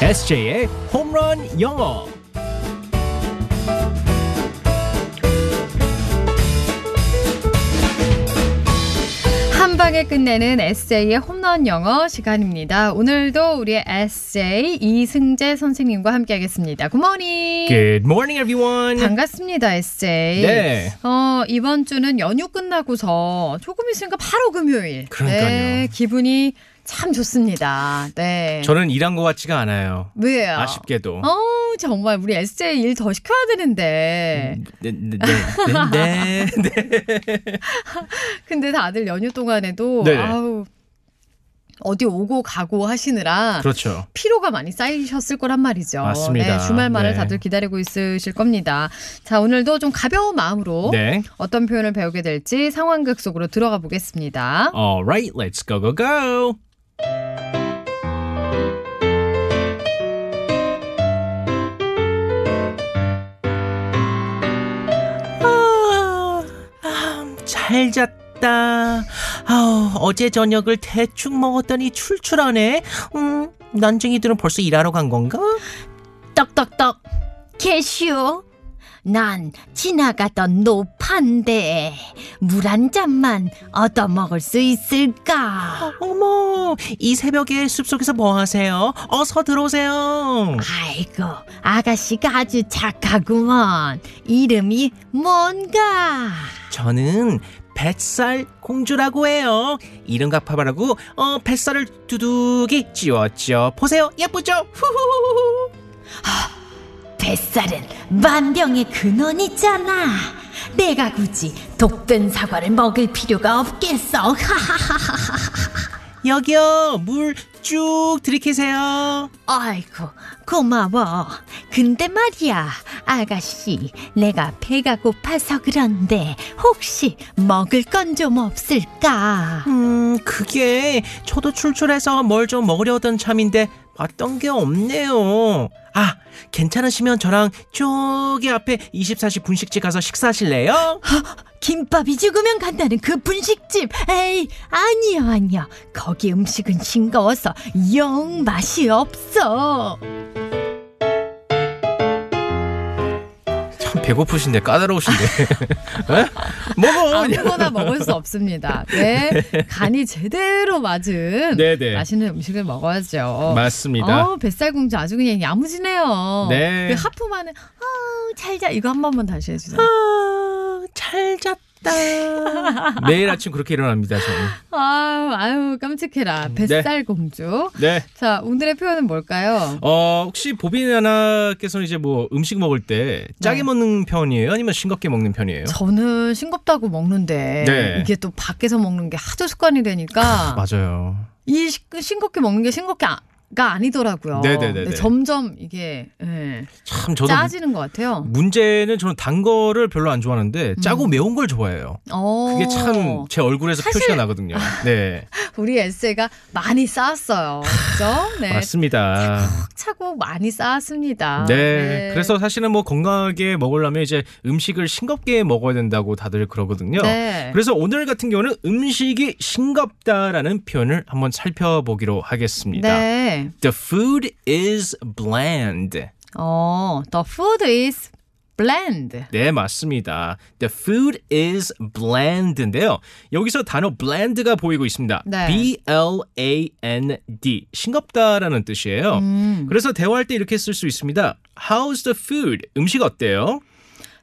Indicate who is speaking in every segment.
Speaker 1: SJ의 홈런 영어.
Speaker 2: 한 방에 끝내는 에세이의 홈런 영어 시간입니다. 오늘도 우리의 에세이 이승재 선생님과 함께하겠습니다. 굿모닝.
Speaker 1: Good morning, everyone.
Speaker 2: 반갑습니다, 에세이.
Speaker 1: 예. 네.
Speaker 2: 어, 이번 주는 연휴 끝나고서 조금 있으니까 바로 금요일.
Speaker 1: 그러니까요.
Speaker 2: 네, 기분이 참 좋습니다. 네.
Speaker 1: 저는 일한 것 같지가 않아요.
Speaker 2: 왜요?
Speaker 1: 아쉽게도.
Speaker 2: 어, 정말 우리 에세이 일 더 시켜야 되는데.
Speaker 1: 네, 네, 네, 네, 네.
Speaker 2: 근데 다들 연휴 동안에도
Speaker 1: 네네.
Speaker 2: 아우 어디 오고 가고 하시느라
Speaker 1: 그렇죠.
Speaker 2: 피로가 많이 쌓이셨을 거란 말이죠.
Speaker 1: 맞습니다.
Speaker 2: 네, 주말만을
Speaker 1: 네.
Speaker 2: 다들 기다리고 있으실 겁니다. 자, 오늘도 좀 가벼운 마음으로
Speaker 1: 네.
Speaker 2: 어떤 표현을 배우게 될지 상황극 속으로 들어가 보겠습니다.
Speaker 1: All right, let's go, go, go. 아, 아, 잘 잤다. 아우, 어제 저녁을 대충 먹었더니 출출하네. 음, 난쟁이들은 벌써 일하러 간 건가?
Speaker 3: 떡떡떡 캐슈 난 지나가던 노판데 물 한 잔만 얻어먹을 수 있을까
Speaker 1: 어머, 이 새벽에 숲속에서 뭐 하세요? 어서 들어오세요.
Speaker 3: 아이고 아가씨가 아주 착하구먼 이름이 뭔가
Speaker 1: 저는 뱃살 공주라고 해요. 이름 갚아봐라고 어 뱃살을 두둑이 찌웠죠. 보세요, 예쁘죠? 후후후후.
Speaker 3: 뱃살은 만병의 근원이잖아 내가 굳이 독든 사과를 먹을 필요가 없겠어
Speaker 1: 여기요, 물 쭉 들이키세요.
Speaker 3: 아이고, 고마워. 근데 말이야, 아가씨, 내가 배가 고파서 그런데 혹시 먹을 건 좀 없을까?
Speaker 1: 음, 그게 저도 출출해서 뭘 좀 먹으려던 참인데 봤던 게 없네요. 아, 괜찮으시면 저랑 저기 앞에 24시 분식집 가서 식사하실래요?
Speaker 3: 김밥이 죽으면 간다는 그 분식집. 에이, 아니요, 아니요. 거기 음식은 싱거워서 영 맛이 없어.
Speaker 1: 참 배고프신데 까다로우신데. 에? 먹어.
Speaker 2: 아무거나 먹을 수 없습니다. 네. 간이 제대로 맞은
Speaker 1: 네네.
Speaker 2: 맛있는 음식을 먹어야죠.
Speaker 1: 맞습니다.
Speaker 2: 어, 뱃살 공주 아주 그냥 야무지네요.
Speaker 1: 네.
Speaker 2: 그 하품하는 아우 잘자 이거 한 번만 다시 해주세요.
Speaker 1: 아, 잘 잤다. 매일 아침 그렇게 일어납니다, 저는.
Speaker 2: 아유 아유 깜찍해라 뱃살 공주.
Speaker 1: 네.
Speaker 2: 자 오늘의 표현은 뭘까요?
Speaker 1: 어, 혹시 보빈 하나께서는 이제 뭐 음식 먹을 때 짜게
Speaker 2: 네.
Speaker 1: 먹는 편이에요? 아니면 싱겁게 먹는 편이에요?
Speaker 2: 저는 싱겁다고 먹는데
Speaker 1: 네.
Speaker 2: 이게 또 밖에서 먹는 게 하도 습관이 되니까
Speaker 1: 맞아요.
Speaker 2: 이 시- 싱겁게 먹는 게 싱겁게 아, 가 아니더라고요.
Speaker 1: 네네네네.
Speaker 2: 네, 점점 이게 예,
Speaker 1: 참 저도
Speaker 2: 짜지는 것 같아요.
Speaker 1: 문제는 저는 단 거를 별로 안 좋아하는데 짜고
Speaker 2: 음.
Speaker 1: 매운 걸 좋아해요.
Speaker 2: 어,
Speaker 1: 그게 참 제 얼굴에서
Speaker 2: 사실-
Speaker 1: 표시가 나거든요. 네.
Speaker 2: 우리 에세가 많이 쌓았어요. 그죠? 네, 아,
Speaker 1: 맞습니다.
Speaker 2: 차곡차곡 많이 쌓았습니다.
Speaker 1: 네. 그래서 사실은 뭐 건강하게 먹으려면 이제 음식을 싱겁게 먹어야 된다고 다들 그러거든요.
Speaker 2: 네.
Speaker 1: 그래서 오늘 같은 경우는 음식이 싱겁다라는 표현을 한번 살펴보기로 하겠습니다.
Speaker 2: 네.
Speaker 1: The food is bland.
Speaker 2: 어, the food is bland.
Speaker 1: 네, 맞습니다. The food is bland인데요. 여기서 단어 bland가 보이고 있습니다.
Speaker 2: 네.
Speaker 1: B L A N D. 싱겁다라는 뜻이에요.
Speaker 2: 음.
Speaker 1: 그래서 대화할 때 이렇게 쓸 수 있습니다. How's the food? 음식 어때요?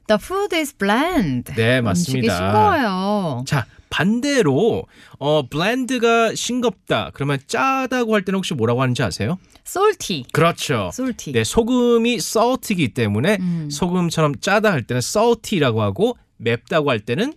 Speaker 2: The food is bland.
Speaker 1: 네,
Speaker 2: 음식이
Speaker 1: 맞습니다.
Speaker 2: 싱거워요.
Speaker 1: 자, 반대로 어 bland가 싱겁다. 그러면 짜다고 할 때는 혹시 뭐라고 하는지 아세요?
Speaker 2: salty.
Speaker 1: 그렇죠.
Speaker 2: salty.
Speaker 1: 네, 소금이 salt이기 때문에
Speaker 2: 음.
Speaker 1: 소금처럼 짜다 할 때는 salty라고 하고 맵다고 할 때는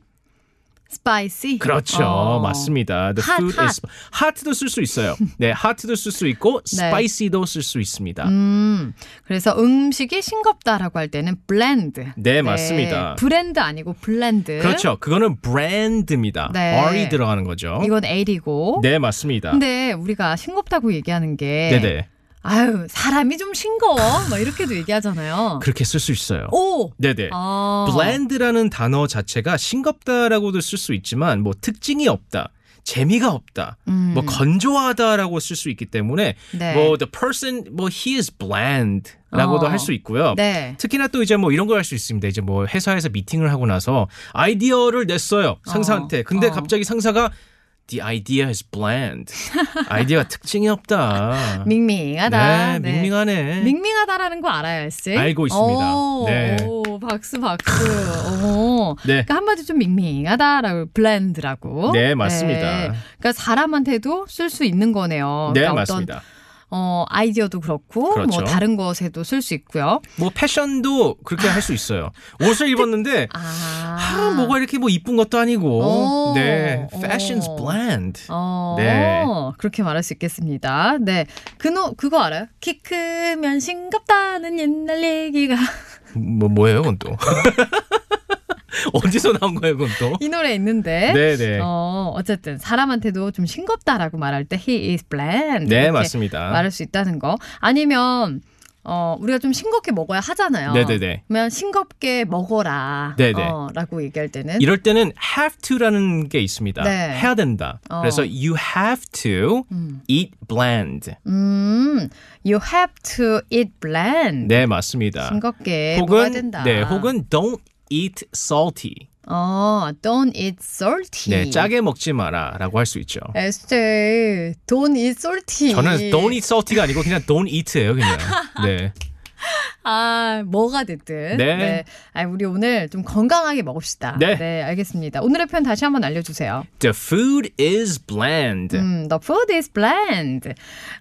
Speaker 2: spicy.
Speaker 1: 그렇죠.
Speaker 2: 어.
Speaker 1: 맞습니다. The
Speaker 3: Hot,
Speaker 1: food is hot도 쓸 수 있어요. 네, hot도 쓸 수 있고
Speaker 2: 네.
Speaker 1: spicy도 쓸 수 있습니다.
Speaker 2: 음, 그래서 음식이 싱겁다라고 할 때는 bland.
Speaker 1: 네, 맞습니다.
Speaker 2: 브랜드 아니고 블랜드.
Speaker 1: 그렇죠. 그거는 브랜드입니다.
Speaker 2: 네.
Speaker 1: R이 들어가는 거죠.
Speaker 2: 이건 L이고.
Speaker 1: 네, 맞습니다.
Speaker 2: 근데 우리가 싱겁다고 얘기하는 게
Speaker 1: 네, 네.
Speaker 2: 아유, 사람이 좀 싱거워. 막 이렇게도 얘기하잖아요.
Speaker 1: 그렇게 쓸 수 있어요.
Speaker 2: 오.
Speaker 1: 네, 네.
Speaker 2: 아.
Speaker 1: bland라는 단어 자체가 싱겁다라고도 쓸 수 있지만 뭐 특징이 없다. 재미가 없다.
Speaker 2: 음,
Speaker 1: 뭐 건조하다라고 쓸 수 있기 때문에
Speaker 2: 네.
Speaker 1: 뭐 the person 뭐 he is bland라고도
Speaker 2: 어.
Speaker 1: 할 수 있고요.
Speaker 2: 네.
Speaker 1: 특히나 또 이제 뭐 이런 걸 할 수 있습니다. 이제 뭐 회사에서 미팅을 하고 나서 아이디어를 냈어요. 상사한테. 근데
Speaker 2: 어.
Speaker 1: 갑자기 상사가 the idea is bland. 아이디어가 특징이 없다.
Speaker 2: 밍밍하다.
Speaker 1: 네, 밍밍하네.
Speaker 2: 밍밍하다라는 거 알아요, S.
Speaker 1: 알고 있습니다.
Speaker 2: 오,
Speaker 1: 네.
Speaker 2: 오, 박수 박수. 오.
Speaker 1: 네.
Speaker 2: 그러니까 한마디 좀 밍밍하다라고 블렌드라고.
Speaker 1: 네, 맞습니다.
Speaker 2: 네. 그러니까 사람한테도 쓸 수 있는 거네요.
Speaker 1: 네,
Speaker 2: 그러니까 어떤
Speaker 1: 맞습니다.
Speaker 2: 어, 아이디어도 그렇고
Speaker 1: 그렇죠.
Speaker 2: 뭐 다른 것에도 쓸 수 있고요.
Speaker 1: 뭐 패션도 그렇게 할 수 있어요. 옷을 입었는데
Speaker 2: 아,
Speaker 1: 아, 뭐가 이렇게 뭐 이쁜 것도 아니고.
Speaker 2: 오.
Speaker 1: 네. fashion's
Speaker 2: 오.
Speaker 1: bland.
Speaker 2: 어,
Speaker 1: 네.
Speaker 2: 그렇게 말할 수 있겠습니다. 네. 그, 노, 그거 알아요? 키 크면 싱겁다는 옛날 얘기가.
Speaker 1: 뭐 뭐예요, 그건 또. 어디서 나온 거예요, 그건 또?
Speaker 2: 이 노래 있는데.
Speaker 1: 네, 네.
Speaker 2: 어, 어쨌든 사람한테도 좀 싱겁다라고 말할 때 he is bland.
Speaker 1: 네,
Speaker 2: 이렇게
Speaker 1: 맞습니다.
Speaker 2: 말할 수 있다는 거. 아니면 어, 우리가 좀 싱겁게 먹어야 하잖아요.
Speaker 1: 네, 네, 네.
Speaker 2: 그러면 싱겁게 먹어라.
Speaker 1: 네, 네.
Speaker 2: 어, 라고 얘기할 때는
Speaker 1: 이럴 때는 have to라는 게 있습니다.
Speaker 2: 네.
Speaker 1: 해야 된다.
Speaker 2: 어.
Speaker 1: 그래서 you have to
Speaker 2: 음.
Speaker 1: eat bland.
Speaker 2: 음, you have to eat bland.
Speaker 1: 네, 맞습니다.
Speaker 2: 음. 싱겁게 먹어야
Speaker 1: 혹은
Speaker 2: 된다.
Speaker 1: 네, 혹은 don't eat salty.
Speaker 2: 어, don't eat salty.
Speaker 1: 네, 짜게 먹지 마라라고 할 수 있죠.
Speaker 2: 에스테, don't eat salty.
Speaker 1: 저는 don't eat salty가 아니고 그냥 don't eat예요, 그냥. 네.
Speaker 2: 아, 뭐가 됐든.
Speaker 1: 네.
Speaker 2: 아, 우리 오늘 좀 건강하게 먹읍시다.
Speaker 1: 네.
Speaker 2: 알겠습니다. 오늘의 표현 다시 한번 알려주세요.
Speaker 1: The food is bland.
Speaker 2: 음, the food is bland.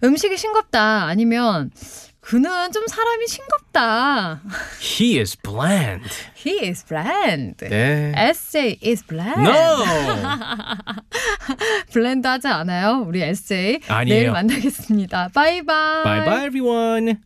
Speaker 2: 음식이 싱겁다. 아니면 그는 좀 사람이 싱겁다.
Speaker 1: He is bland.
Speaker 2: He is bland.
Speaker 1: 네.
Speaker 2: Essay is bland.
Speaker 1: No.
Speaker 2: 블렌드 하지 않아요. 우리 에세이
Speaker 1: 아니에요.
Speaker 2: 내일 만나겠습니다. 바이바이.
Speaker 1: bye bye everyone.